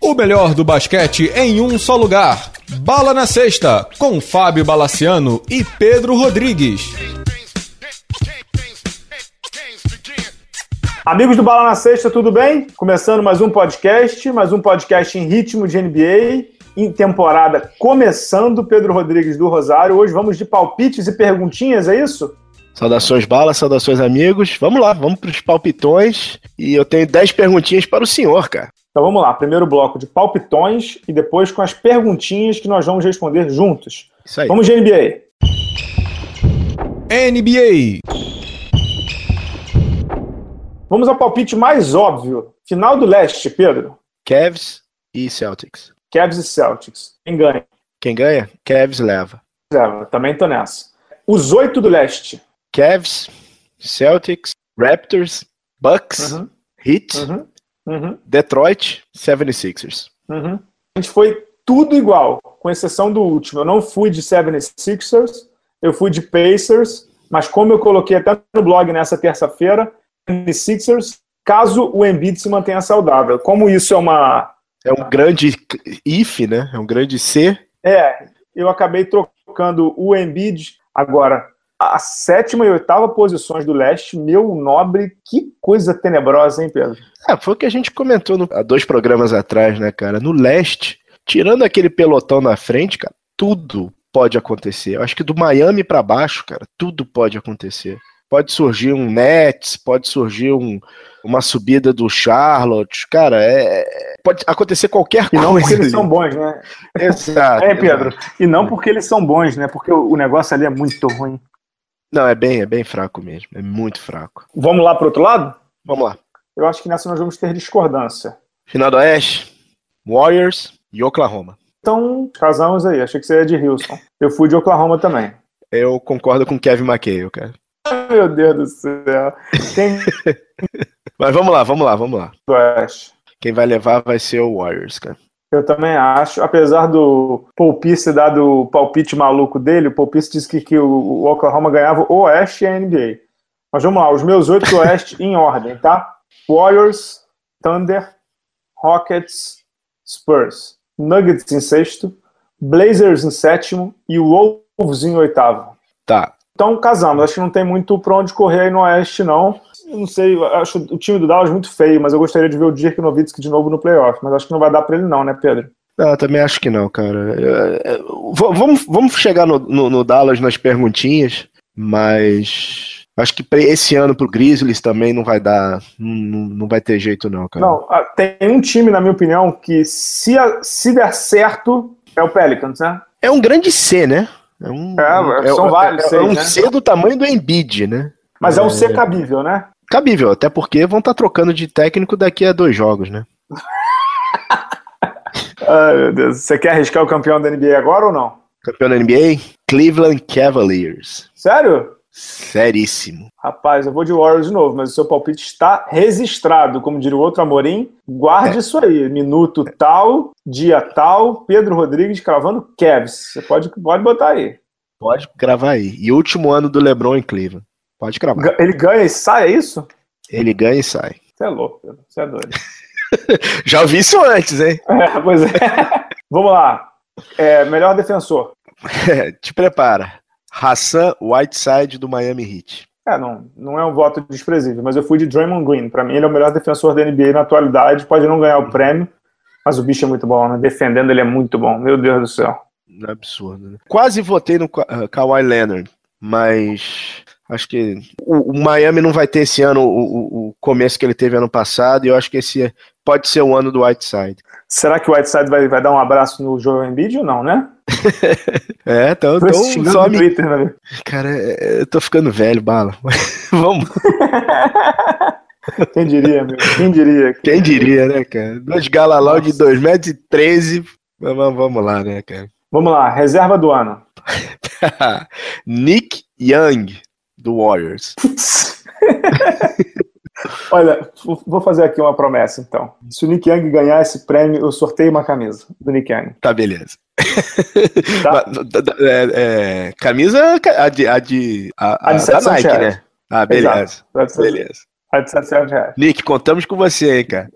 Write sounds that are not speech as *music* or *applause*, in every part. O melhor do basquete em um só lugar. Bala na Sexta, com Fábio Balaciano e Pedro Rodrigues. Amigos do Bala na Sexta, tudo bem? Começando mais um podcast, mais um podcast em ritmo de NBA, em temporada começando. Pedro Rodrigues do Rosário. Hoje vamos de palpites e perguntinhas, é isso? Saudações, Bala, saudações, amigos. Vamos lá, vamos para os palpitões. E eu tenho 10 perguntinhas para o senhor, cara. Então vamos lá, primeiro bloco de palpitões e depois com as perguntinhas que nós vamos responder juntos. Isso aí. Vamos de NBA. NBA, Vamos ao palpite mais óbvio. Final do leste, Pedro. Cavs e Celtics. Cavs e Celtics. Quem ganha? Quem ganha? Cavs leva. Zero. Também tô nessa. Os oito do leste. Cavs, Celtics, Raptors, Bucks, Uhum, Heat, uhum, uhum, Detroit, 76ers. uhum. A gente foi tudo igual, com exceção do último. Eu não fui de 76ers, eu fui de Pacers, mas como eu coloquei até no blog nessa terça-feira, 76ers, caso o Embiid se mantenha saudável. Como isso é uma É um grande if, né? É um grande C. É, eu acabei trocando o Embiid agora. A sétima e oitava posições do leste, meu nobre, que coisa tenebrosa, hein, Pedro? Ah, foi o que a gente comentou no- há dois programas atrás, né, cara? No leste, tirando aquele pelotão na frente, cara, tudo pode acontecer. Eu acho que do Miami pra baixo, cara, tudo pode acontecer. Pode surgir um Nets, pode surgir um- uma subida do Charlotte, cara, é, é- pode acontecer qualquer E coisa. não porque eles são bons, né? *laughs* Exato. É, Pedro. E não porque eles são bons, né? Porque o o negócio ali é muito ruim. Não, é bem, é bem fraco mesmo, é muito fraco. Vamos lá pro outro lado? Vamos lá. Eu acho que nessa nós vamos ter discordância. Final do Oeste, Warriors e Oklahoma. Então, casamos aí. Achei que você ia de Houston. Eu fui de Oklahoma também. Eu concordo com o Kevin McHale, cara. Meu Deus do céu. Quem Mas vamos lá, vamos lá, vamos lá. do Oeste? Quem vai levar vai ser o Warriors, cara. Eu também acho, apesar do Poupice dar do palpite maluco dele, o Poupice disse que, que o- o Oklahoma ganhava o Oeste e a NBA. Mas vamos lá, os meus oito do Oeste em ordem, tá? Warriors, Thunder, Rockets, Spurs, Nuggets em sexto, Blazers em sétimo e Wolves em oitavo. Tá. Então casamos, acho que não tem muito pra onde correr aí no Oeste, não. Eu Não sei, eu acho o time do Dallas muito feio, mas eu gostaria de ver o Dirk Nowitzki de novo no playoff, mas acho que não vai dar pra ele não, né, Pedro? Não, eu também acho que não, cara. Eu- eu- v- vamos, vamos chegar no, no- no Dallas nas perguntinhas, mas acho que pra esse ano pro Grizzlies também não vai dar, não, não- não vai ter jeito não, cara. Não, ah, tem um time, na minha opinião, que se, a- se der certo é o Pelicans, né? É um grande C, né? É um, É, são vários é, Cs, um né? C do tamanho do Embiid, né? Mas é um É. ser cabível, né? Cabível, até porque vão estar trocando de técnico daqui a dois jogos, né? Ai, Ah, meu Deus. Você quer arriscar o campeão da NBA agora ou não? Campeão da NBA, Cleveland Cavaliers. Sério? Seríssimo. Rapaz, eu vou de Warriors de novo, mas o seu palpite está registrado, como diria o outro Amorim. Guarde isso aí. Minuto tal, dia tal, Pedro Rodrigues cravando Cavs. Você pode, pode botar aí. Pode gravar aí. E último ano do LeBron em Cleveland. Pode gravar. Ga- Ele ganha e sai, é isso? Ele ganha e sai. Você é louco, Pedro. Você é doido. *laughs* Já ouvi isso antes, hein? *laughs* É, *laughs* pois é. Vamos lá. É, melhor defensor. Te prepara. Hassan Whiteside do Miami Heat. É, não, não é um voto desprezível, mas eu fui de Draymond Green. Pra mim, ele é o melhor defensor da NBA na atualidade. Pode não ganhar o prêmio, mas o bicho é muito bom, né? Defendendo, ele é muito bom. Meu Deus do céu. Absurdo, né? Quase votei no Ka- ah, Kawhi Leonard, mas acho que o, o Miami não vai ter esse ano o, o- o começo que ele teve ano passado, e eu acho que esse é- pode ser o ano do Whiteside. Será que o Whiteside vai, vai dar um abraço no Joel Embiid ou não, né? É, então, Tô então instigando só no me... Twitter, né? velho. Cara, é, eu tô ficando velho, bala. *laughs* Vamos. Quem diria, meu? Quem diria? Quem diria, né, cara? Dois galalau de 2,13m. Mas mas vamos lá, né, cara? Vamos lá, reserva do ano. *laughs* *laughs* Nick Young, do Warriors. Olha, vou- vou fazer aqui uma promessa, então. Se o Nick Young ganhar esse prêmio, eu sorteio uma camisa do Nick Young. Tá, beleza. *laughs* Tá. Mas, da- da- é, é, camisa, a de. A, de, a, A de da R$ 700 Nike, né? Ah, beleza. Pode ser. Beleza. A de 700 reais. *laughs* Nick, contamos com você, hein, cara.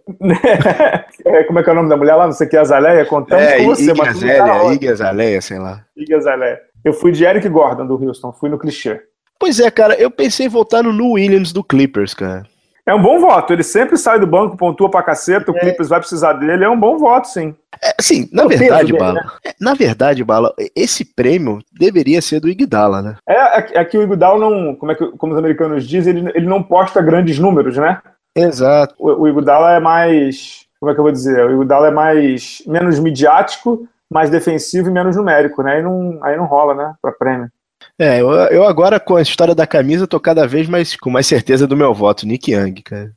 É, como é que é o nome da mulher lá? Não sei o que, Azaleia? Contamos é, com você, Iggy mas tudo tá Azalea, ótimo. Iggy Azalea, sei lá. Iggy Azaleia. Eu fui de Eric Gordon, do Houston. Fui no clichê. Pois é, cara, eu pensei em voltar no New Williams do Clippers, cara. É um bom voto. Ele sempre sai do banco, pontua pra caceta. O Clippers vai precisar dele. É um bom voto, sim. É, assim, na Eu penso verdade, bem, Bala, é, na verdade, Bala, esse prêmio deveria ser do Iguodala, né? É, é, que- é que o Iguodala não, como, é que, como os americanos dizem, ele, ele não posta grandes números, né? Exato. O, o Iguodala é mais, como é que eu vou dizer? O Iguodala é mais, menos midiático, mais defensivo e menos numérico, né? Aí não, aí não rola, né? Pra prêmio. É, eu, eu agora com a história da camisa tô cada vez mais com mais certeza do meu voto, Nick Young, cara.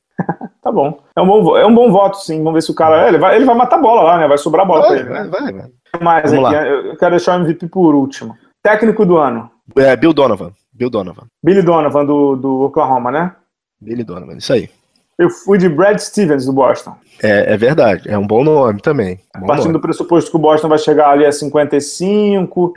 Tá bom. É um bom, vo- é um bom voto, sim. Vamos ver se o cara... é, ele, vai, ele vai matar a bola lá, né? Vai sobrar bola pra Vai, ele, né? vai, vai, vai. Mas Vamos aqui, eu eu quero deixar o MVP por último. Técnico do ano. É, Bill Donovan, Bill Donovan, Billy Donovan, do, do Oklahoma, né? Billy Donovan, isso aí. Eu fui de Brad Stevens, do Boston. É, é verdade, é um bom nome também. um Bom Partindo nome. do pressuposto que o Boston vai chegar ali a 55,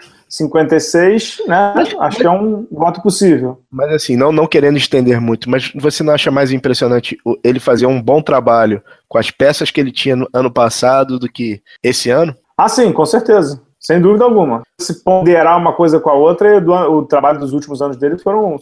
56, né? Acho que é um voto possível. Mas assim, não, não querendo estender muito, mas você não acha mais impressionante o- ele fazer um bom trabalho com as peças que ele tinha no ano passado do que esse ano? Ah, sim, com certeza. Sem dúvida alguma. Se ponderar uma coisa com a outra, do an- o trabalho dos últimos anos dele foram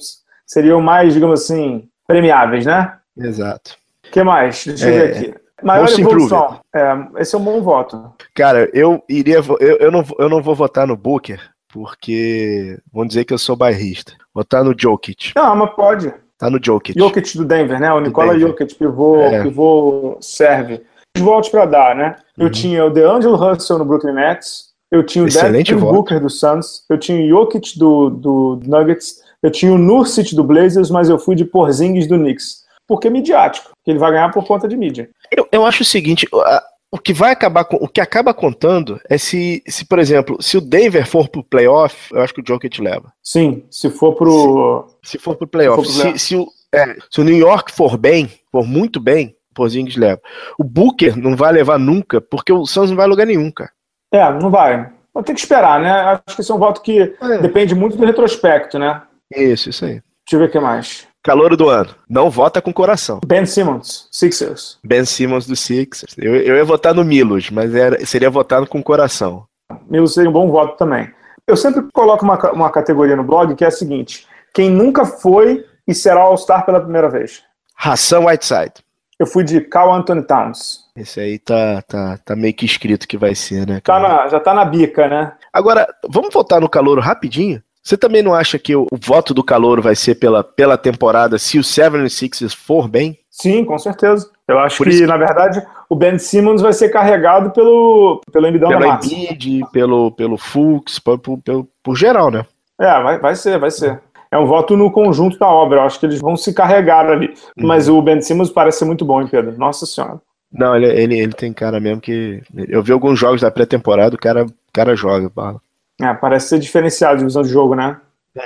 seriam mais, digamos assim, premiáveis, né? Exato. O que mais? Deixa eu É, ver aqui. Maior most evolução. É, esse é um bom voto. Cara, eu iria. vo- Eu, eu, não, vou- eu não vou votar no Booker, porque vão dizer que eu sou bairrista. Votar no Jokic. Não, mas pode. Tá no Jokic. Jokic do Denver, né? O Nicola Denver. Jokic, pivô, É. pivô serve. Os votos pra dar, né? Eu Uhum. tinha o DeAngelo Russell no Brooklyn Nets, eu tinha o Excelente Devin voto. Booker do Suns, eu tinha o Jokic do, do Nuggets, eu tinha o Nurkic do Blazers, mas eu fui de Porzingis do Knicks. Porque é midiático, que ele vai ganhar por conta de mídia. Eu, eu acho o seguinte: o- a- o que vai acabar com- o que acaba contando é se, se, por exemplo, se o Denver for pro playoff, eu acho que o Jokic leva. Sim, se for pro... Se for pro playoff, Se se, for pro se o, é, se o New York for bem, for muito bem, o Porzingis leva. O Booker não vai levar nunca, porque o Suns não vai a lugar nenhum, cara. É, não vai. Mas tem que esperar, né? Acho que esse é um voto que depende muito do retrospecto, né? Isso, isso aí. Deixa eu ver o que mais. Calor do ano. Não vota com coração. Ben Simmons, Sixers. Ben Simmons do Sixers. Eu, eu ia votar no Milos, mas era, seria votar com coração. Milo seria um bom voto também. Eu sempre coloco uma, ca- uma categoria no blog que é a seguinte: quem nunca foi e será All-Star pela primeira vez. Ração Whiteside. Eu fui de Cal Anthony Towns. Esse aí tá, tá, tá meio que escrito que vai ser, né? Tá cara? na- já tá na bica, né? Agora, vamos voltar no Calouro rapidinho? Você também não acha que o, o voto do Calouro vai ser pela, pela temporada se o 76ers for bem? Sim, com certeza. Eu acho Por que, isso que- na verdade, o Ben Simmons vai ser carregado pelo, pelo Embidão da pelo Massa. Embiid, pelo, pelo Fuchs, por, por, pelo- por geral, né? É, vai, vai ser, vai ser. É um voto no conjunto da obra. Eu acho que eles vão se carregar ali. Uhum. Mas o Ben Simmons parece ser muito bom, hein, Pedro? Nossa Senhora. Não, ele, ele, ele tem cara mesmo que. Eu vi alguns jogos da pré-temporada, o cara, o cara joga, bala. É, parece ser diferenciado de visão de jogo, né?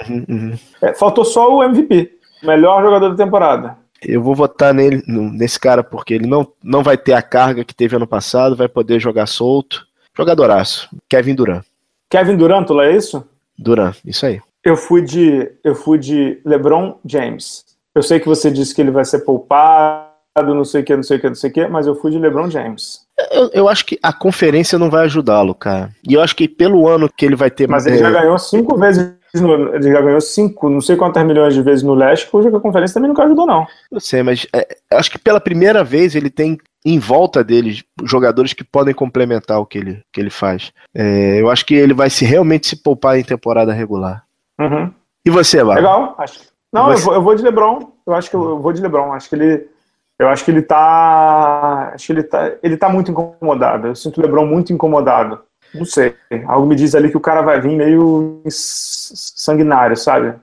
Uhum, uhum. É, faltou só o MVP melhor jogador da temporada. Eu vou votar nele, no- nesse cara, porque ele não, não vai ter a carga que teve ano passado, vai poder jogar solto. Jogadoraço. Kevin Durant. Kevin Durant, lá é isso? Durant, isso aí. Eu fui de eu fui de LeBron James. Eu sei que você disse que ele vai ser poupado, não sei o que, não sei o que, não sei o que, mas eu fui de LeBron James. Eu, eu acho que a conferência não vai ajudá-lo, cara. E eu acho que pelo ano que ele vai ter. Mas ele é, já ganhou cinco vezes no, ele já ganhou cinco, não sei quantas milhões de vezes no leste, cuja a conferência também nunca ajudou não. Eu sei, mas é, eu acho que pela primeira vez ele tem em volta dele jogadores que podem complementar o que ele, que ele faz. É, eu acho que ele vai se realmente se poupar em temporada regular. Uhum. E você, Lara? Legal, acho. Não, Você- eu vou, eu vou de LeBron. Eu acho que eu, eu vou de LeBron. Acho que ele eu acho que ele tá acho que ele tá ele tá muito incomodado. Eu sinto o LeBron muito incomodado. Não sei. Algo me diz ali que o cara vai vir meio s- sanguinário, sabe?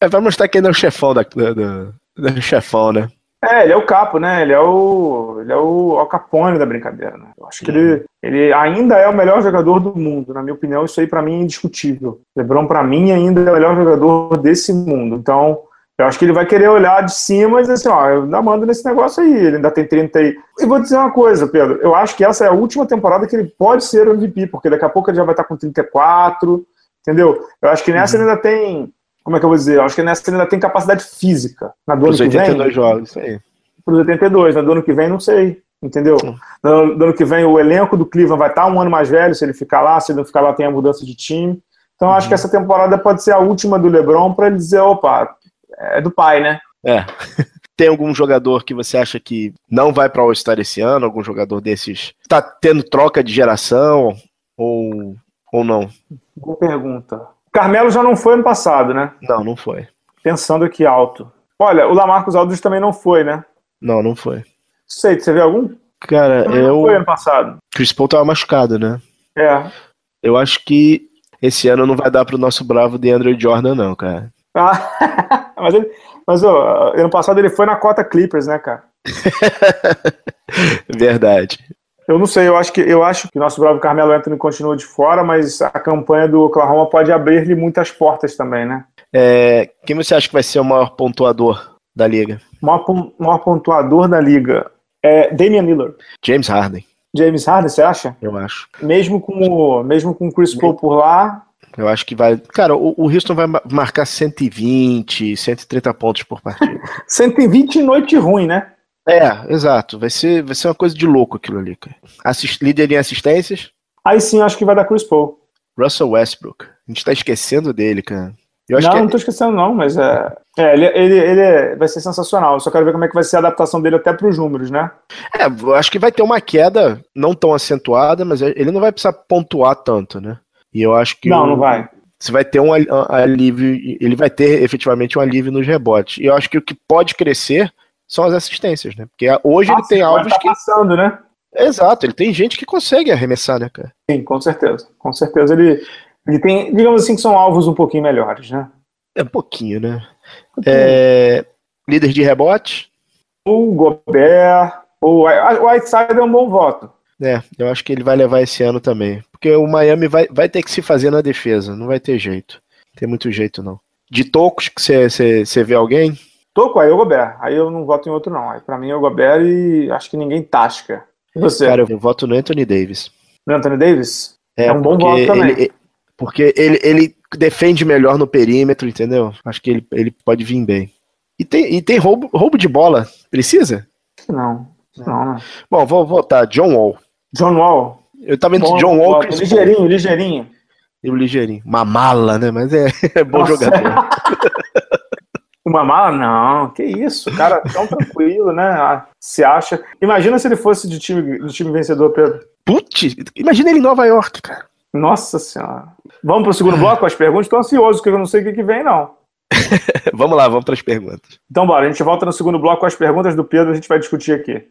É, vai mostrar que ele é o chefão da, da, da- da chefão, né? É, ele é o capo, né? Ele é o ele é o Al Capone da brincadeira, né? Eu acho que ele ele ainda é o melhor jogador do mundo, na minha opinião, isso aí pra mim é indiscutível. LeBron pra mim ainda é o melhor jogador desse mundo. Então, eu acho que ele vai querer olhar de cima e dizer assim, ó, eu ainda mando nesse negócio aí, ele ainda tem 30 aí. E vou dizer uma coisa, Pedro, eu acho que essa é a última temporada que ele pode ser MVP, porque daqui a pouco ele já vai estar com 34, entendeu? Eu acho que nessa ele ainda tem Como é que eu vou dizer? Eu acho que nessa ele ainda tem capacidade física. Na do Os ano que vem. 82 jogos, isso aí. Para os 82, na né? do ano que vem, não sei. Entendeu? Sim. No, do ano que vem, o elenco do Cleveland vai estar um ano mais velho, se ele ficar lá, se ele não ficar lá, tem a mudança de time. Então, eu acho que essa temporada pode ser a última do LeBron para ele dizer: opa, é do pai, né? É. Tem algum jogador que você acha que não vai para o All-Star esse ano? Algum jogador desses tá tendo troca de geração ou ou não? Boa pergunta. Carmelo já não foi ano passado, né? Não, não foi. Pensando aqui alto. Olha, o Lamarcus Aldridge também não foi, né? Não, não foi. Sei, você vê algum? Cara, Também não eu Foi ano passado. Chris Paul tava machucado, né? É. *laughs* Eu acho que esse ano não vai dar pro nosso bravo DeAndre Jordan não, cara. *laughs* Ah, mas ele, mas ó, ano passado ele foi na cota Clippers, né, cara? Verdade. Eu não sei, eu acho que eu acho que nosso bravo Carmelo Anthony continua de fora, mas a campanha do Oklahoma pode abrir-lhe muitas portas também, né? É, quem você acha que vai ser o maior pontuador da liga? O maior, pon- maior pontuador da liga é Damian Lillard. James Harden, James Harden, você acha? eu acho. Mesmo com o, mesmo com o Chris Paul por lá, Eu acho que vai. Cara, o, o Houston vai ma- marcar 120, 130 pontos por partida. 120 noite ruim, né? É, exato. Vai ser, vai ser uma coisa de louco aquilo ali, cara. Assis- líder em assistências, Aí sim, eu acho que vai dar Chris Paul. Russell Westbrook. A gente tá esquecendo dele, cara. Eu acho não, que não tô esquecendo, não, mas é. É, ele, ele, ele é- vai ser sensacional. Eu só quero ver como é que vai ser a adaptação dele até pros números, né? é, eu acho que vai ter uma queda não tão acentuada, mas é, ele não vai precisar pontuar tanto, né? E eu acho que não, o- não vai. você vai ter um al- a- alívio, ele vai ter efetivamente um alívio nos rebotes. E eu acho que o que pode crescer são as assistências, né? Porque a- hoje ele Ah, tem sim, alvos mas tá que passando, né? Exato, ele tem gente que consegue arremessar, né, cara? Sim, com certeza. Com certeza ele, ele tem, digamos assim, que são alvos um pouquinho melhores, né? É um pouquinho, né? É, líder de rebote, Ou o Gobert, ou o Whiteside é um bom voto. né? Eu acho que ele vai levar esse ano também. Porque o Miami vai, vai ter que se fazer na defesa, não vai ter jeito. Não tem muito jeito, não. De tocos que você vê alguém, Tô com aí o Gobert. Aí eu não voto em outro, não. Aí pra mim é o Gobert e acho que ninguém tasca. E você? cara, eu voto no Anthony Davis. No Anthony Davis? É um bom porque voto também. Ele, porque ele, ele defende melhor no perímetro, entendeu? Acho que ele, ele pode vir bem. E tem, e tem roubo, roubo de bola, precisa? Acho que não. Não, né? Bom, vou votar. John Wall. John Wall. Eu tava entre Bom, John Wall voto. e Chris Paul. Ligeirinho, ligeirinho. E o ligeirinho. Uma mala, né? Mas é, *laughs* é bom Nossa. jogador. *laughs* Uma mala? Não, que isso, o cara é tão tranquilo, né? Ah, Se acha. Imagina se ele fosse de time, do time vencedor, Pedro. Putz, imagina ele em Nova York, cara. Nossa senhora. Vamos pro segundo bloco? As perguntas Tô ansioso, porque eu não sei o que, que vem, não. Vamos lá, vamos para as perguntas. Então, bora, a gente volta no segundo bloco com as perguntas do Pedro, a gente vai discutir aqui.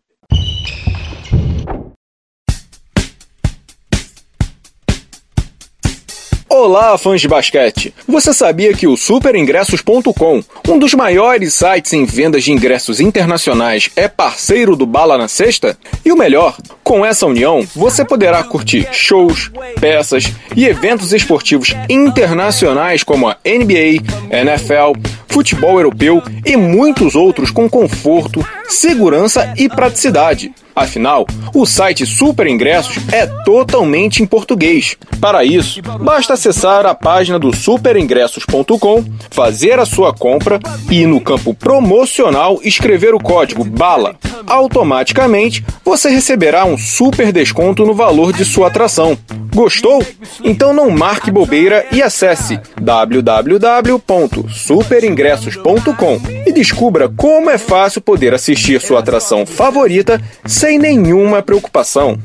Olá, fãs de basquete! Você sabia que o superingressos.com, um dos maiores sites em vendas de ingressos internacionais, é parceiro do Bala na Sexta? E o melhor, com essa união, você poderá curtir shows, peças e eventos esportivos internacionais como a NBA, NFL, futebol europeu e muitos outros com conforto, segurança e praticidade. Afinal, o site Super Ingressos é totalmente em português. Para isso, basta acessar a página do superingressos.com, fazer a sua compra e no campo promocional escrever o código BALA. Automaticamente, você receberá um super desconto no valor de sua atração. Gostou? Então não marque bobeira e acesse www.superingressos.com e descubra como é fácil poder assistir sua atração favorita sem nenhuma preocupação.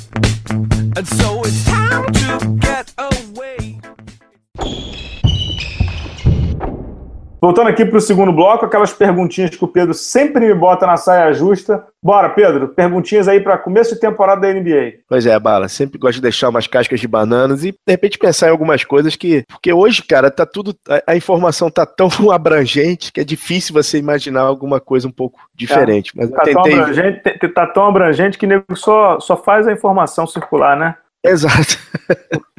And so it's time to get away. Voltando aqui pro segundo bloco, aquelas perguntinhas que o Pedro sempre me bota na saia justa. Bora, Pedro, perguntinhas aí para começo de temporada da NBA. Pois é, Bala, sempre gosto de deixar umas cascas de bananas e, de repente, pensar em algumas coisas que... Porque hoje, cara, tá tudo... A, a informação tá tão *laughs* abrangente que é difícil você imaginar alguma coisa um pouco diferente. Mas eu Tá tão, tentei... abrangente, te- tá tão abrangente que nego só, só faz a informação circular, né? *laughs* Exato.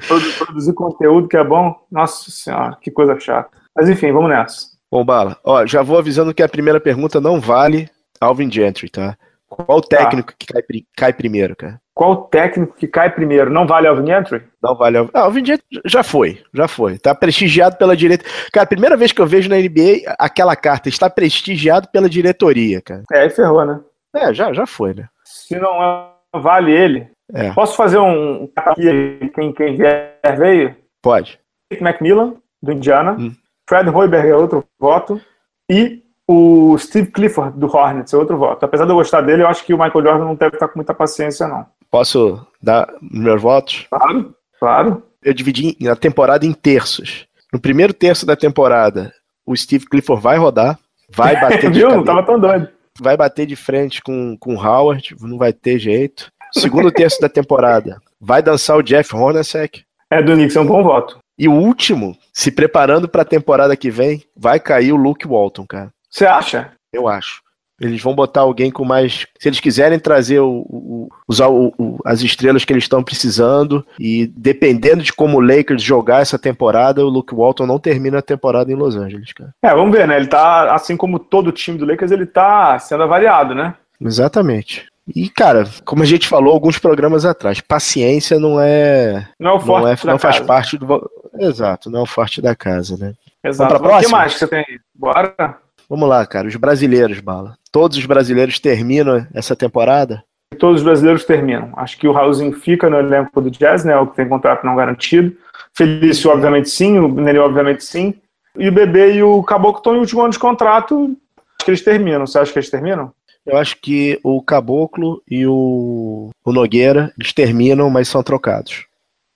Produ- produzir conteúdo que é bom. Nossa senhora, que coisa chata. Mas enfim, vamos nessa. Bom, Bala, ó, já vou avisando que a primeira Tá. pergunta não vale Alvin Gentry, tá? Qual o técnico que cai, pri- cai primeiro, cara? Qual o técnico que cai primeiro? Não vale Alvin Gentry? Não vale. Não, o Vin Diesel já foi, já foi. Tá prestigiado pela diretoria. Cara, primeira vez que eu vejo na NBA aquela carta, está prestigiado pela diretoria, cara. É, aí ferrou, né? É, já, já foi, né? Se não é, vale ele. É. Posso fazer um aqui, quem, quem vier veio? Pode. Nick McMillan, do Indiana. Hum. Fred Hoiberg é outro voto. E o Steve Clifford, do Hornets, é outro voto. Apesar de eu gostar dele, eu acho que o Michael Jordan não deve estar com muita paciência, não. Posso dar meus votos? Claro, claro. Eu dividi a temporada em terços. No primeiro terço da temporada, o Steve Clifford vai rodar, *laughs* vai bater de É, Viu? Não cabeça, tava tão doido. vai bater de frente com com o Howard, não vai ter jeito. Segundo terço da temporada, vai dançar o Jeff Hornacek. É, do Knicks é um bom voto. E o último, se preparando para a temporada que vem, vai cair o Luke Walton, cara. Você acha? Eu acho. Eles vão botar alguém com mais. Se eles quiserem trazer o, o- usar o- o- as estrelas que eles estão precisando, e dependendo de como o Lakers jogar essa temporada, o Luke Walton não termina a temporada em Los Angeles, cara. É, vamos ver, né? Ele tá, assim como todo time do Lakers, ele tá sendo avaliado, né? Exatamente. E, cara, como a gente falou alguns programas atrás, paciência não é. Não é o forte Não, é, da não faz casa. parte do. vo- Exato, não é o forte da casa, né? Exato. Mas O Vamos pra que próxima? mais que você tem aí? Bora. Vamos lá, cara. Os brasileiros, Bala. Todos os brasileiros terminam essa temporada? Todos os brasileiros terminam. Acho que o Raulzinho fica no elenco do Jazz, né? O que tem contrato não garantido. Felício, obviamente, sim. O Nenê, obviamente, sim. E o Bebê e o Caboclo estão em último ano de contrato. Acho que eles terminam. Você acha que eles terminam? Eu acho que o Caboclo e o, o Nogueira, eles terminam, mas são trocados.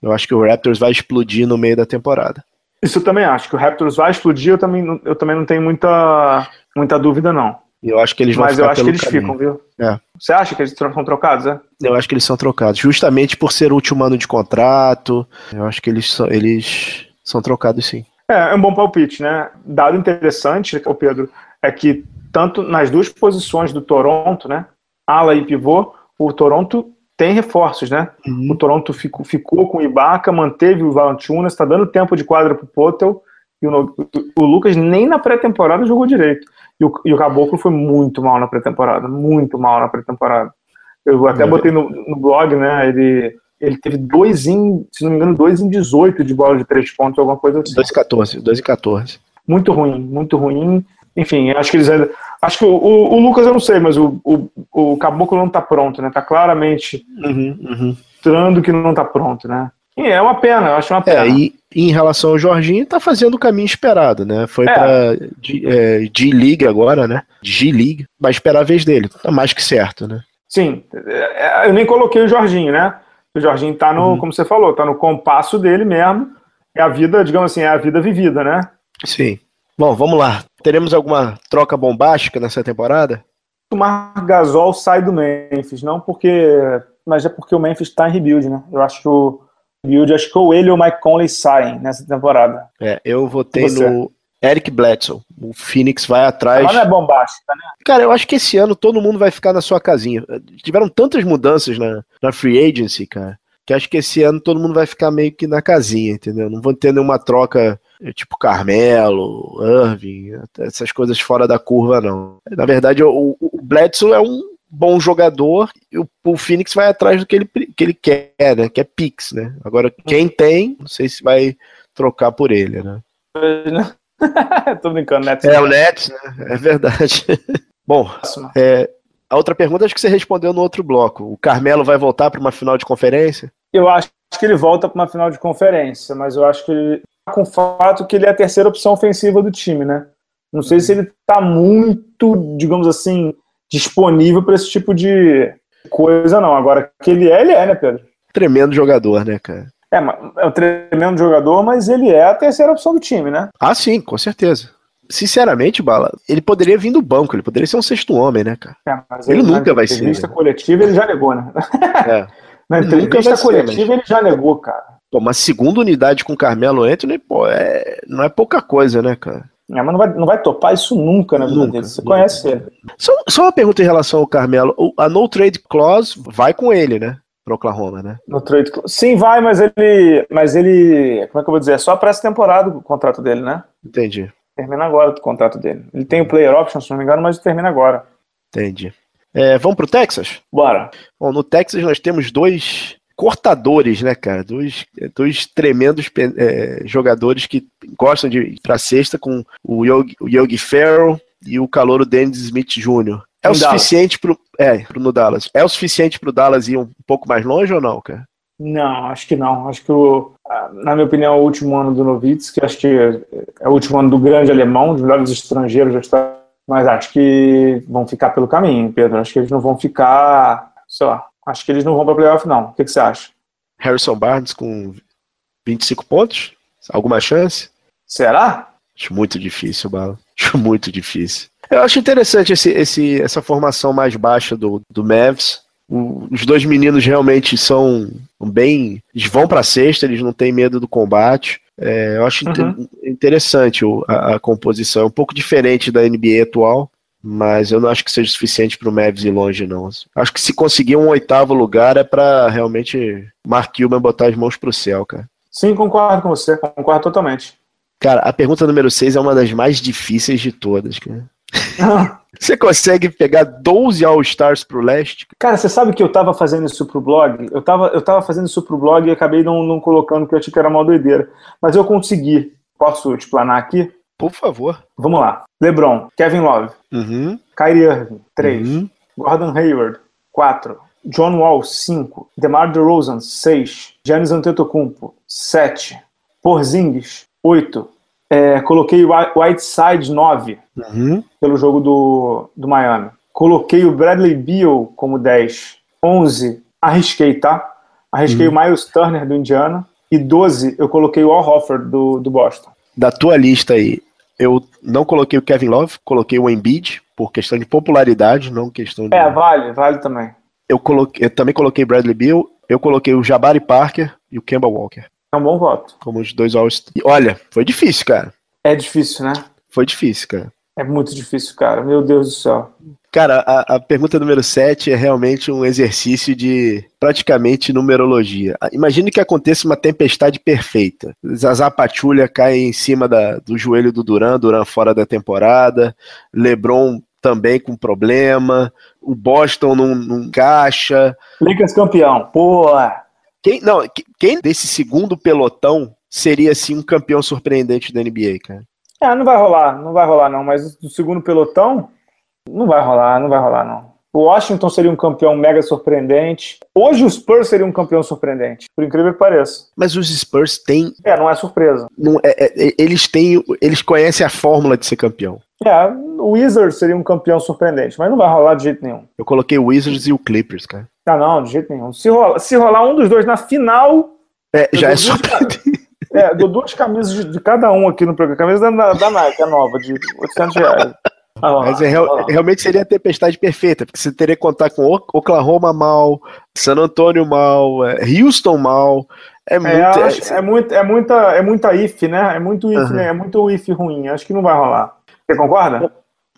Eu acho que o Raptors vai explodir no meio da temporada. Isso eu também acho. Que o Raptors vai explodir. Eu também, não- eu também não tenho muita, muita dúvida, não. E eu acho que eles vão Mas ficar eu acho que pelo eles caminho. ficam, viu? É. Você acha que eles tro- são trocados, é? Eu acho que eles são trocados, justamente por ser o último ano de contrato. Eu acho que eles são, eles são trocados sim. É, é um bom palpite, né? Dado interessante, o Pedro, é que tanto nas duas posições do Toronto, né? Ala e pivô, o Toronto tem reforços, né? O Toronto ficou, ficou com o Ibaka, manteve o Valanciunas, está dando tempo de quadra pro Potel e o, No- o Lucas nem na pré-temporada jogou direito. E o, e o Caboclo foi muito mal na pré-temporada, muito mal na pré-temporada. Eu até É. botei no, no blog, né? Ele, ele teve dois em, se não me engano, dois em 18 de bola de três pontos, alguma coisa assim 2 e 14, 2 e 14. muito ruim, muito ruim. Enfim, acho que eles ainda. Acho que o, o- o Lucas eu não sei, mas o, o, o Caboclo não tá pronto, né? Tá claramente uhum. mostrando que não tá pronto, né? E é uma pena, eu acho uma É, pena. e em relação ao Jorginho, tá fazendo o caminho esperado, né? Foi É. pra G- é, G-League agora, né? G-League. Vai esperar a vez dele. Tá mais que certo, né? Sim, é, é, eu nem coloquei o Jorginho, né? O Jorginho tá no, Uhum. como você falou, tá no compasso dele mesmo. É a vida, digamos assim, é a vida vivida, né? Sim. Bom, vamos lá. Teremos alguma troca bombástica nessa temporada? O Mar Gasol sai do Memphis, não porque. Mas é porque o Memphis tá em rebuild, né? Eu acho que o rebuild, acho que ou ele ou o Mike Conley saem nessa temporada. É, eu votei E você? no Eric Bledsoe. O Phoenix vai atrás. Mas não é bombástico, Cara, eu acho que esse ano todo mundo vai ficar na sua casinha. Tiveram tantas mudanças na, na free agency, cara, que acho que esse ano todo mundo vai ficar meio que na casinha, entendeu? Não vão ter nenhuma troca eh, tipo Carmelo, Irving, essas coisas fora da curva, não. Na verdade, o, o Bledsoe é um bom jogador e o, o Phoenix vai atrás do que ele, pre- que ele quer, né? Que é Pix, né? Agora, quem tem, não sei se vai trocar por ele, né? Tô brincando, né? É o Nets, né? É verdade. *laughs* bom, Próxima. É, A outra pergunta acho que você respondeu no outro bloco. O Carmelo vai voltar para uma final de conferência? Eu acho que ele volta pra uma final de conferência, mas eu acho que ele com o fato que ele é a terceira opção ofensiva do time, né? Não sei se ele tá muito, digamos assim, disponível pra esse tipo de coisa, não. Agora, que ele é, ele é, né, Pedro? Tremendo jogador, né, cara? É, mas é um tremendo jogador, mas ele é a terceira opção do time, né? Ah, sim, com certeza. Sinceramente, Bala, ele poderia vir do banco, ele poderia ser um sexto homem, né, cara? É, mas Ele nunca na vai ser, entrevista né? coletiva ele já negou, né? É. Na Ele nunca vai entrevista ser, coletiva ele já negou, cara. Pô, uma segunda unidade com Carmelo Anthony, pô, é... não é pouca coisa, né, cara? É, mas não vai, não vai topar isso nunca na vida Nunca, dele. Você nunca. conhece ele. Só, só uma pergunta em relação ao Carmelo. O- A No Trade Clause vai com ele, né? Pro Oklahoma, né? No trade cla- Sim, vai, mas ele. Mas ele. Como é que eu vou dizer? É só para essa temporada o contrato dele, né? Entendi, Termina agora o contrato dele. Ele tem o player option, se não me engano, mas termina agora. entendi. É, vamos pro Texas? Bora. Bom, no Texas nós temos dois cortadores, né, cara? Dois, dois tremendos pe- é, jogadores que gostam de ir pra cesta com o Yogi, o Yogi Ferrell e o calouro Dennis Smith Jr. É o No Dallas. suficiente pro, é, pro no Dallas. É o suficiente pro Dallas ir um pouco mais longe ou não, cara? Não, acho que não. Acho que, o, ah, na minha opinião, é o último ano do Nowitzki, acho que é o último ano do grande alemão, dos melhores estrangeiros da história. Mas acho que vão ficar pelo caminho, Pedro. Acho que eles não vão ficar, sei lá, acho que eles não vão para playoff, não. O que, que você acha? Harrison Barnes com 25 pontos? Alguma chance? Será? Acho muito difícil, Bala. *laughs* Acho muito difícil. Eu acho interessante esse, esse- essa formação mais baixa do, do Mavs. O- os dois meninos realmente são bem. Eles vão pra sexta, eles não têm medo do combate. É, eu acho inte- Uhum. interessante o- a, a composição. É um pouco diferente da NBA atual, mas eu não acho que seja suficiente pro Mavs ir longe, não. Acho que se conseguir um oitavo lugar é pra realmente Mark Cuban botar as mãos pro céu, cara. Sim, concordo com você, concordo totalmente. *laughs* Cara, a pergunta número 6 é uma das mais difíceis de todas, cara. Você consegue pegar 12 All-Stars pro leste? Cara, você sabe que eu tava fazendo isso pro blog? Eu tava, eu tava fazendo isso pro blog e acabei não, não colocando, porque eu achei que era uma doideira. Mas eu consegui. Posso explanar aqui? Por favor. Vamos lá. LeBron, Kevin Love, Uhum. Kyrie Irving, 3. Uhum. Gordon Hayward, 4. John Wall, 5. DeMar DeRozan, 6. Giannis Antetokounmpo, 7. Porzingis, 8. É, coloquei Whi- Whiteside, 9, Uhum. pelo jogo do, do Miami. Coloquei o Bradley Beal como 10. 11, arrisquei, tá? Arrisquei o Miles Turner, do Indiana. E 12, eu coloquei o Al Hofford, do, do Boston. Da tua lista aí, eu não coloquei o Kevin Love, coloquei o Embiid por questão de popularidade, não questão de. É, vale, vale também. eu, coloquei, eu também coloquei Bradley Beal, eu coloquei o Jabari Parker e o Kemba Walker É um bom voto. como os dois All-Stars. E Olha, foi difícil, cara. É difícil, né? Foi difícil, cara. É muito difícil, cara. Meu Deus do céu. Cara, a, a pergunta número 7 é realmente um exercício de praticamente numerologia. Ah, Imagine que aconteça uma tempestade perfeita. Zazá Patrulha cai em cima da- do joelho do Duran, Duran fora da temporada, LeBron também com problema, o Boston não, não encaixa. Lakers campeão. Pô, Quem, não, que- quem desse segundo pelotão seria, assim, um campeão surpreendente da NBA, cara? é, não vai rolar, não vai rolar não, mas do segundo pelotão não vai rolar, não vai rolar não. O Washington seria um campeão mega surpreendente. Hoje o Spurs seria um campeão surpreendente, por incrível que pareça. Mas os Spurs têm. É, não é surpresa. não- é- é- eles têm. Eles conhecem a fórmula de ser campeão. É, o Wizards seria um campeão surpreendente, mas não vai rolar de jeito nenhum. Eu coloquei o Wizards e o Clippers, cara. Ah, não, de jeito nenhum. Se rola- se rolar, um dos dois na final, É, Eu já é duvido, só. cara. é, dou duas camisas de, de cada um aqui no programa. Camisa da, da Nike, a nova, de 800 reais. Ah, Vai rolar, Mas é real- vai rolar. realmente seria a tempestade perfeita, porque você teria que contar com O- Oklahoma mal, San Antonio mal, é, Houston mal. É muito. É, eu acho- é- é muito, é muita, é muita if, né? É muito if, Aham. né? É muito if ruim. Acho que não vai rolar. Você concorda?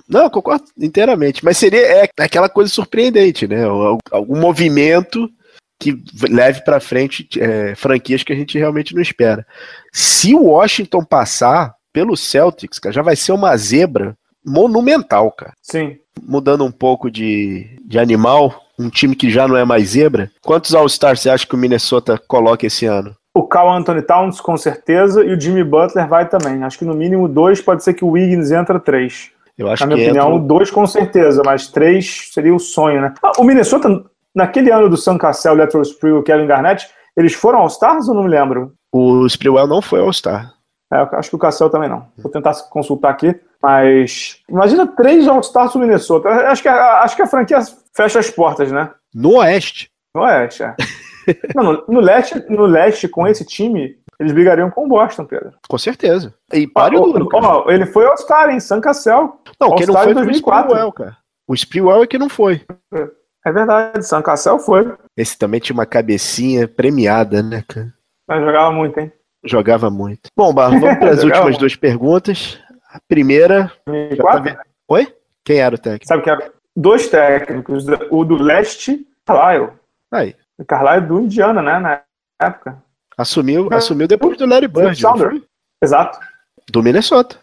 Não, eu concordo inteiramente. Mas seria é, aquela coisa surpreendente, né? Al- Algum movimento que v- leve pra frente é, franquias que a gente realmente não espera. Se o Washington passar pelo Celtics, cara, já vai ser uma zebra monumental, cara. Sim. mudando um pouco de, de animal, um time que já não é mais zebra, quantos All-Stars você acha que o Minnesota coloca esse ano? O Cal Anthony Towns, com certeza, e o Jimmy Butler vai também. Acho que no mínimo dois, pode ser que o Wiggins entra três. Eu acho Na minha que entra opinião, um- dois com certeza, mas três seria o sonho, né? Ah, o Minnesota, naquele ano do Sam Cassell, Letro Sprewell, Kevin Garnett, eles foram All-Stars ou não me lembro? o Sprewell não foi All-Star. É, eu acho que o Cassel também não. Vou tentar consultar aqui. Mas. Imagina três All-Stars do Minnesota. Eu Acho que, a, acho que a franquia fecha as portas, né? No Oeste, No Oeste, *laughs* é. não, no, no leste, no leste, com esse time, eles brigariam com o Boston, Pedro. Ah, com certeza. E pare o duro, cara. Ó, ele foi All-Star, hein? San Cassel. Não, quem não All-Star foi em foi o 2004. Sprewell, cara. O Sprewell é que não foi. É verdade, San Cassel foi. Esse também tinha uma cabecinha premiada, né, cara? Mas jogava muito, hein? Jogava muito. Bom, *laughs* Barro, vamos para as Jogava últimas muito. duas perguntas. A primeira, tá 2004. oi? Quem era o técnico? Sabe que era dois técnicos, o do leste, Carlisle. Aí, O Carlisle do Indiana, né? Na época. assumiu, assumiu depois do Larry Bird, não Ah, Saunders. foi? Exato, do Minnesota.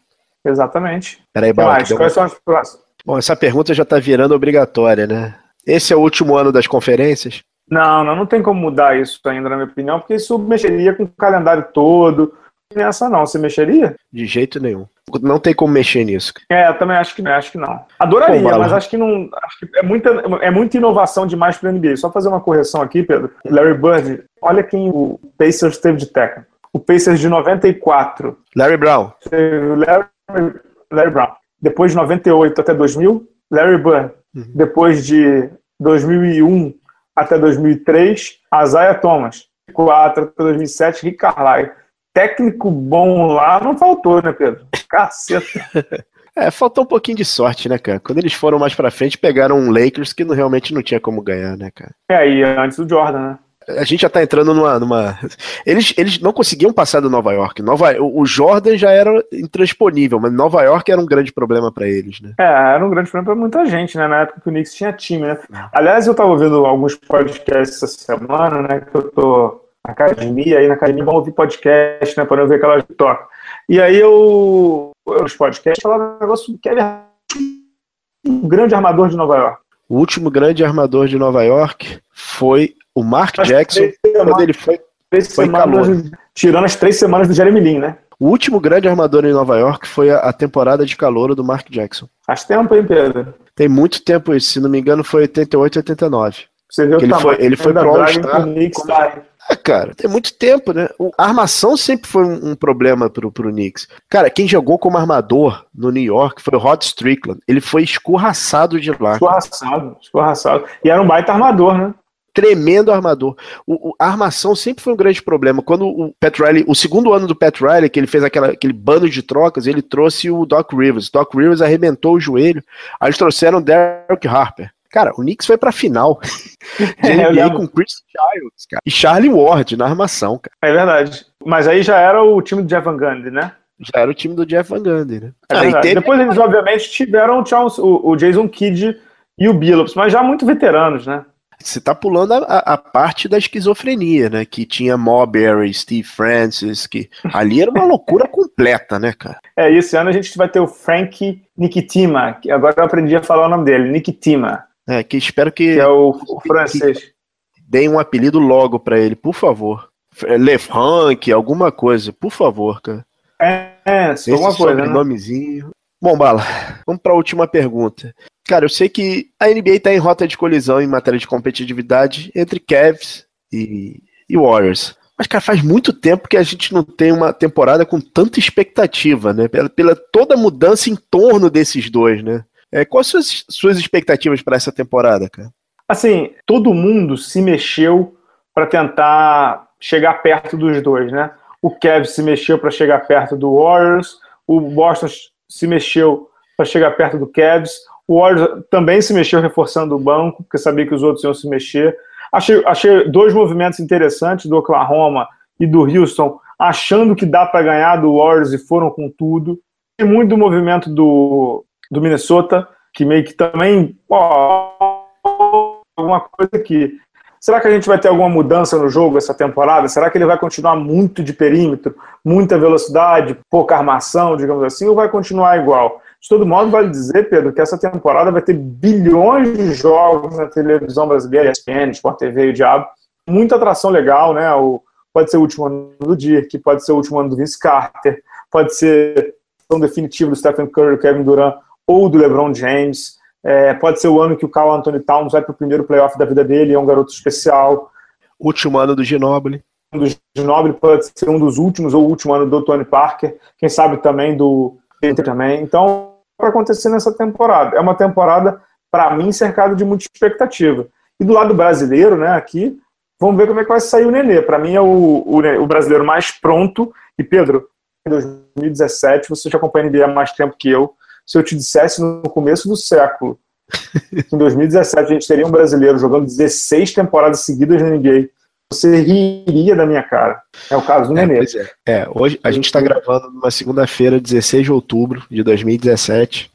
exatamente. Peraí, O que Barro, mais? É que deu uma Quais são as próximas? Bom, essa pergunta já tá virando obrigatória, né? Esse é o último ano das conferências? Não, não, não tem como mudar isso ainda, na minha opinião, porque isso mexeria com o calendário todo. Nessa não, você mexeria? De jeito nenhum. Não tem como mexer nisso. É, eu também acho que não, acho que não. Adoraria, Pô, Bala. mas acho que não. acho que é muita, é muita inovação demais para NBA. Só fazer uma correção aqui, Pedro. Larry Bird, olha quem o Pacers teve de técnico. O Pacers de 94 Larry Brown. teve o Larry, Larry Brown. Depois de 98 até 2000, Larry Bird. Depois de 2001 até 2003, Isaiah Thomas. 4 até 2007, Rick Carlisle. Técnico bom lá não faltou, né, Pedro? Caceta. *laughs* É, faltou um pouquinho de sorte, né, cara? Quando eles foram mais pra frente, pegaram um Lakers que não- realmente não tinha como ganhar, né, cara? É, e antes do Jordan, né? A gente já tá entrando numa. numa- *laughs* Eles, eles não conseguiam passar do Nova York. Nova... O o Jordan já era intransponível, mas Nova York era um grande problema pra eles, né? É, era um grande problema pra muita gente, né? Na época que o Knicks tinha time, né? É. Aliás, eu tava ouvindo alguns podcasts essa semana, né? Que eu tô na academia, aí na academia vão ouvir podcast, né? Pra não ver aquela toca. E aí eu, eu os podcasts falaram um negócio que é verdade. um grande armador de Nova York. O último grande armador de Nova York foi o Mark Jackson. Três semanas- Quando ele foi três foi semanas- tirando as três semanas do Jeremy Lin, né? O último grande armador em Nova York foi a, a temporada de calor do Mark Jackson. Faz tempo, hein, Pedro? Tem muito tempo isso, se não me engano, foi 88, 89. Você viu Ele foi- ele foi da pro drive All-Star. que o Knicks tá. Ah, cara, tem muito tempo, né? O- a armação sempre foi um, um problema pro, pro Knicks. Cara, quem jogou como armador no New York foi o Rod Strickland. Ele foi escorraçado de lá. Escorraçado, escorraçado. E era um baita armador, né? Tremendo armador. O, o- a armação sempre foi um grande problema. Quando o Pat Riley, o segundo ano do Pat Riley, que ele fez aquela, aquele bando de trocas, ele trouxe o Doc Rivers. Doc Rivers arrebentou o joelho. Aí eles trouxeram o Derek Harper. Cara, o Knicks foi pra final. *laughs* De É, *laughs* eu NBA lembro. com Chris Childs, cara. E Charlie Ward na armação, cara. É verdade. Mas aí já era o time do Jeff Van Gundy, né? Já era o time do Jeff Van Gundy, né? É Aí verdade. teve- Depois eles, obviamente, tiveram o, Charles- o- o Jason Kidd e o Billups, mas já muito veteranos, né? Você tá pulando a, a- a parte da esquizofrenia, né? Que tinha Marbury, Steve Francis, que ali era uma loucura *laughs* completa, né, cara? É, e esse ano a gente vai ter o Frank Nikitima, que agora eu aprendi a falar o nome dele, Nikitima, É, que espero que que é o, o francês. deem um apelido logo pra ele, por favor. Lefranc, alguma coisa, por favor, cara. É, Esse alguma coisa, né? sobrenomezinho. Bom, Bala, vamos pra última pergunta. Cara, eu sei que a NBA tá em rota de colisão em matéria de competitividade entre Cavs e, e Warriors. Mas, cara, faz muito tempo que a gente não tem uma temporada com tanta expectativa, né? Pela, pela toda mudança em torno desses dois, né? É, quais suas, suas expectativas pra essa temporada, cara? Assim, todo mundo se mexeu para tentar chegar perto dos dois, né? O Cavs se mexeu para chegar perto do Warriors, o Boston se mexeu para chegar perto do Cavs, o Warriors também se mexeu reforçando o banco, porque sabia que os outros iam se mexer. Achei, achei dois movimentos interessantes do Oklahoma e do Houston, achando que dá para ganhar do Warriors e foram com tudo. Tem muito do movimento do, do Minnesota, que meio que também, ó, alguma coisa aqui. Será que a gente vai ter alguma mudança no jogo essa temporada? Será que ele vai continuar muito de perímetro, muita velocidade, pouca armação, digamos assim, ou vai continuar igual? De todo modo, vale dizer, Pedro, que essa temporada vai ter bilhões de jogos na televisão brasileira, ESPN, Sport TV e o diabo. Muita atração legal, né? O, pode ser o último ano do Dirk, pode ser o último ano do Vince Carter, pode ser o definitivo do Stephen Curry, do Kevin Durant ou do LeBron James. É, pode ser o ano que o Carl Anthony Towns vai para o primeiro playoff da vida dele, é um garoto especial. Último ano do Ginobili. Um dos Ginobili pode ser um dos últimos, ou o último ano do Tony Parker, quem sabe também do também. Então, para acontecer nessa temporada. É uma temporada, para mim, cercada de muita expectativa. E do lado brasileiro, né, aqui, vamos ver como é que vai sair o Nenê. Para mim, é o, o, ne- o brasileiro mais pronto. E, Pedro, em 2017, você já acompanha a NBA há mais tempo que eu. Se eu te dissesse no começo do século, que em 2017 a gente teria um brasileiro jogando 16 temporadas seguidas na NBA, você riria da minha cara. É o caso do É, Nenê. pois é. É, hoje a gente está gravando numa segunda-feira, 16 de outubro de 2017. tá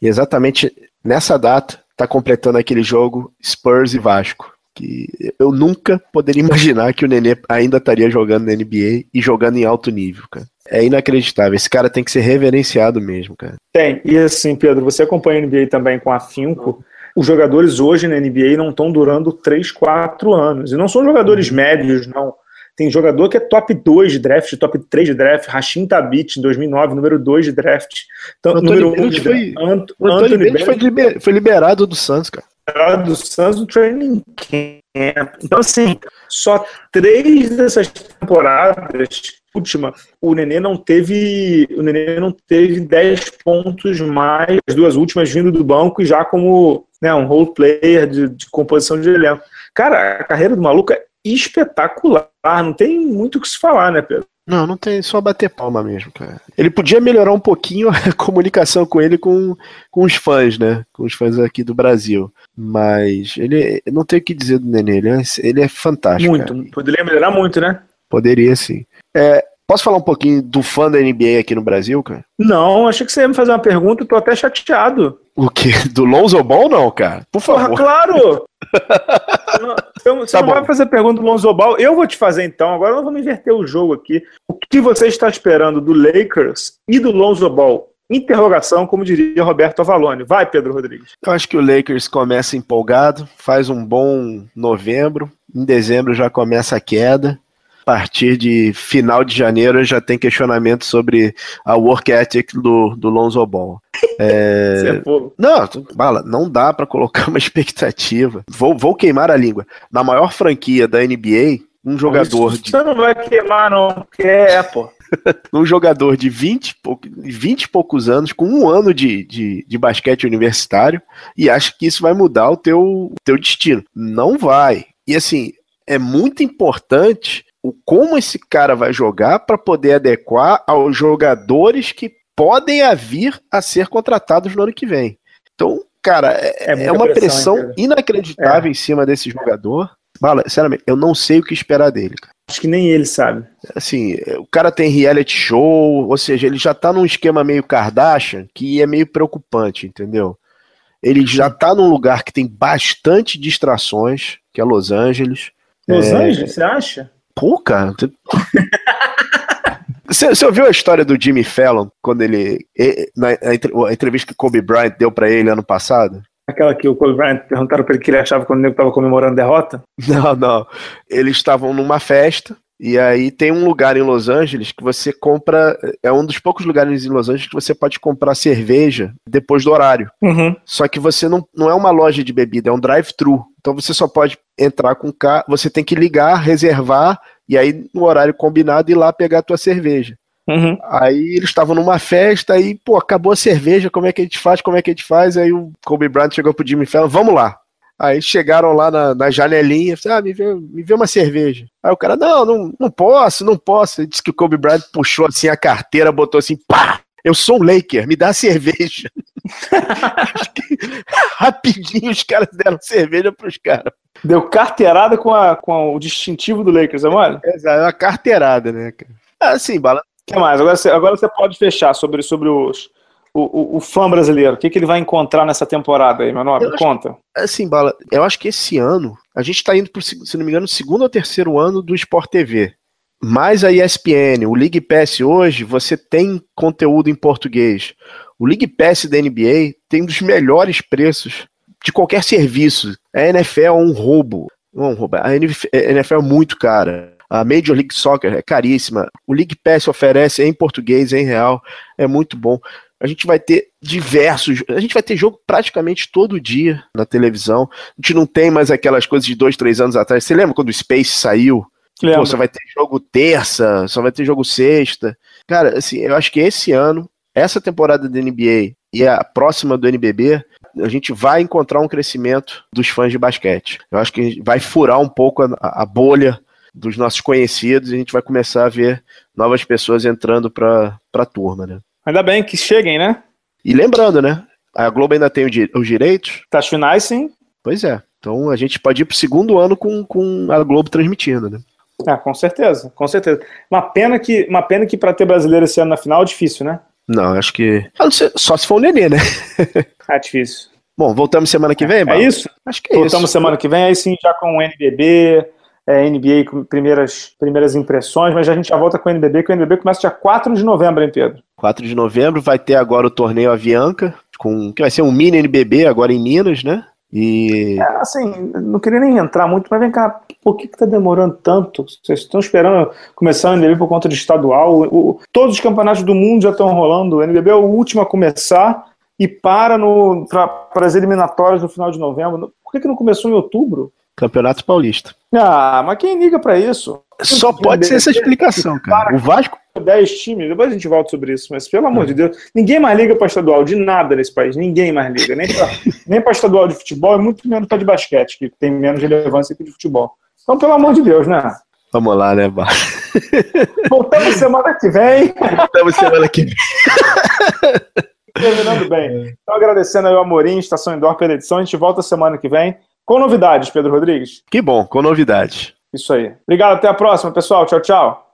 E exatamente nessa data está completando aquele jogo Spurs e Vasco. que eu nunca poderia *laughs* imaginar que o Nenê ainda estaria jogando na NBA e jogando em alto nível, cara. É inacreditável. Esse cara tem que ser reverenciado mesmo, cara. Tem. E assim, Pedro, você acompanha a NBA também com afinco. Os jogadores hoje na NBA não estão durando 3, 4 anos. E não são jogadores Uhum. médios, não. Tem jogador que é top 2 de draft, top 3 de draft. Rashim Tabit, em 2009, número 2 de draft. Então, Anthony número Bennett um de draft. foi- Ant- O Antônio Anthony Bennett foi, liber- foi liberado do Santos, cara. Bennett do Suns no training camp. Então, assim, só três dessas temporadas, última, o Nenê não teve. O Nenê não teve 10 pontos mais, as duas últimas vindo do banco e já como né, um role player de, de composição de elenco. Cara, a carreira do maluco é espetacular. Não tem muito o que se falar, né, Pedro? Não, não tem, só bater palma mesmo, cara. Ele podia melhorar um pouquinho *laughs* a comunicação com ele com, com os fãs, né? Com os fãs aqui do Brasil. Mas ele eu não tem o que dizer do Nenê, ele é, ele é fantástico. muito. cara. Poderia melhorar muito, né? Poderia sim. É, posso falar um pouquinho do fã da NBA aqui no Brasil, cara? Não, achei que você ia me fazer uma pergunta, eu tô até chateado. O quê? Do Lonzo Ball, não, cara? Por Porra, favor. *laughs* claro! Não, então, você Tá não bom. vai fazer pergunta do Lonzo Ball. Eu vou te fazer então. Agora nós vamos inverter o jogo aqui. O que você está esperando do Lakers e do Lonzo Ball? Interrogação, como diria Roberto Avalone. Vai, Pedro Rodrigues. Eu acho que o Lakers começa empolgado, faz um bom novembro, em dezembro já começa a queda. A partir de final de janeiro já tem questionamento sobre a work ethic do, do Lonzo Ball. Você é fogo. Não, tu- bala, não dá pra colocar *laughs* uma expectativa. Vou, vou queimar a língua. Na maior franquia da NBA, um jogador Isso de Você não vai queimar, não, porque é, pô. um jogador de 20, e pou- 20 e poucos anos, com um ano de, de, de basquete universitário, e acha que isso vai mudar o teu, teu destino. Não vai. E assim, é muito importante o como esse cara vai jogar para poder adequar aos jogadores que podem a vir a ser contratados no ano que vem. Então, cara, É é, é muita uma pressão, pressão, hein, cara? É. inacreditável em cima desse jogador. Bala, sinceramente, eu não sei o que esperar dele, cara Acho que nem ele sabe. assim, o cara tem reality show, ou seja, ele já tá num esquema meio Kardashian que é meio preocupante, entendeu? Ele já tá num lugar que tem bastante distrações, que é Los Angeles. Los É. Angeles, você acha? Pô, cara. tu- *laughs* Você, você ouviu a história do Jimmy Fallon quando ele. e- Na, na entre- a entrevista que Kobe Bryant deu pra ele ano passado? Aquela que o Kobe Bryant perguntaram pra ele que ele achava quando o nego tava comemorando a derrota? Não, não. Eles estavam numa festa e aí tem um lugar em Los Angeles que você compra. É um dos poucos lugares em Los Angeles que você pode comprar cerveja depois do horário. Uhum. Só que você não, não é uma loja de bebida, é um drive-thru. Então você só pode entrar com carro. Você tem que ligar, reservar e aí no horário combinado ir lá pegar a tua cerveja. Uhum. Aí eles estavam numa festa e, pô, acabou a cerveja, como é que a gente faz, como é que a gente faz? Aí o Kobe Bryant chegou pro Jimmy Fallon, vamos lá. Aí chegaram lá na, na janelinha, ah, me vê, me vê uma cerveja. Aí o cara, não, não, não posso, não posso. Ele disse que o Kobe Bryant puxou assim a carteira, botou assim, pá, eu sou um Laker, me dá a cerveja. *laughs* Acho que Rapidinho os caras deram cerveja pros caras. Deu carteirada com, a, com o distintivo do Lakers, é mole? Essa é uma carteirada, né, cara? Assim, bala, O que mais? Agora você, agora você pode fechar sobre, sobre os, o, o, o fã brasileiro. O que, que ele vai encontrar nessa temporada aí, meu Eu nobre? acho- Conta. Assim, Bala, eu acho que esse ano a gente tá indo pro, seg- se não me engano, segundo ou terceiro ano do Sport TV. Mais a ESPN, o League Pass hoje, você tem conteúdo em português. O League Pass da NBA tem um dos melhores preços de qualquer serviço. A NFL é um roubo. Não é um roubo. A NF é- NFL é muito cara. A Major League Soccer é caríssima. O League Pass oferece em português, em real. É muito bom. A gente vai ter diversos. A gente vai ter jogo praticamente todo dia na televisão. A gente não tem mais aquelas coisas de dois, três anos atrás. Você lembra quando o Space saiu? Pô, só vai ter jogo terça, só vai ter jogo sexta. Cara, assim, eu acho que esse ano, essa temporada da NBA e a próxima do NBB, a gente vai encontrar um crescimento dos fãs de basquete. Eu acho que a gente vai furar um pouco a, a bolha dos nossos conhecidos e a gente vai começar a ver novas pessoas entrando pra, pra turma, né? Ainda bem que cheguem, né? E lembrando, né? A Globo ainda tem o di- os direitos? Tá as finais, sim. Pois é. Então a gente pode ir pro segundo ano com, com a Globo transmitindo, né? Ah, com certeza, com certeza. Uma pena que, uma pena que para ter brasileiro esse ano na final é difícil, né? Não, eu acho que. a não ser- só se for o Nenê, né? Ah, difícil. Bom, voltamos semana que vem, É Bala? isso? Acho que é Voltamos isso. semana que vem, aí sim, já com o NBB, é, NBA com primeiras, primeiras impressões, mas a gente já volta com o NBB, que o NBB começa dia 4 de novembro, hein, Pedro? 4 de novembro vai ter agora o torneio Avianca, com, que vai ser um mini NBB agora em Minas, né? E É, assim, não queria nem entrar muito, mas vem cá, por que, que tá demorando tanto? Vocês estão esperando começar o NBB por conta de estadual? O- o- todos os campeonatos do mundo já estão rolando, o NBB é o último a começar e para no para as eliminatórias no final de novembro. Por que, que não começou em outubro? Campeonato Paulista. Ah, mas quem liga pra isso? Só pode ser essa explicação, cara. O Vasco 10 times, depois a gente volta sobre isso, mas pelo amor de Deus, ninguém mais liga para estadual de nada nesse país, ninguém mais liga, nem para nem pra *laughs* estadual de futebol, e muito menos para de basquete, que tem menos relevância que de futebol. Então, pelo amor de Deus, né? Vamos lá, né, Bala? Voltamos semana que vem, Voltamos semana que vem. terminando bem. Então, agradecendo aí o Amorim, Estação Indoor pela edição, a gente volta semana que vem com novidades, Pedro Rodrigues. Que bom, com novidades. Isso aí. Obrigado, até a próxima, pessoal. Tchau, tchau.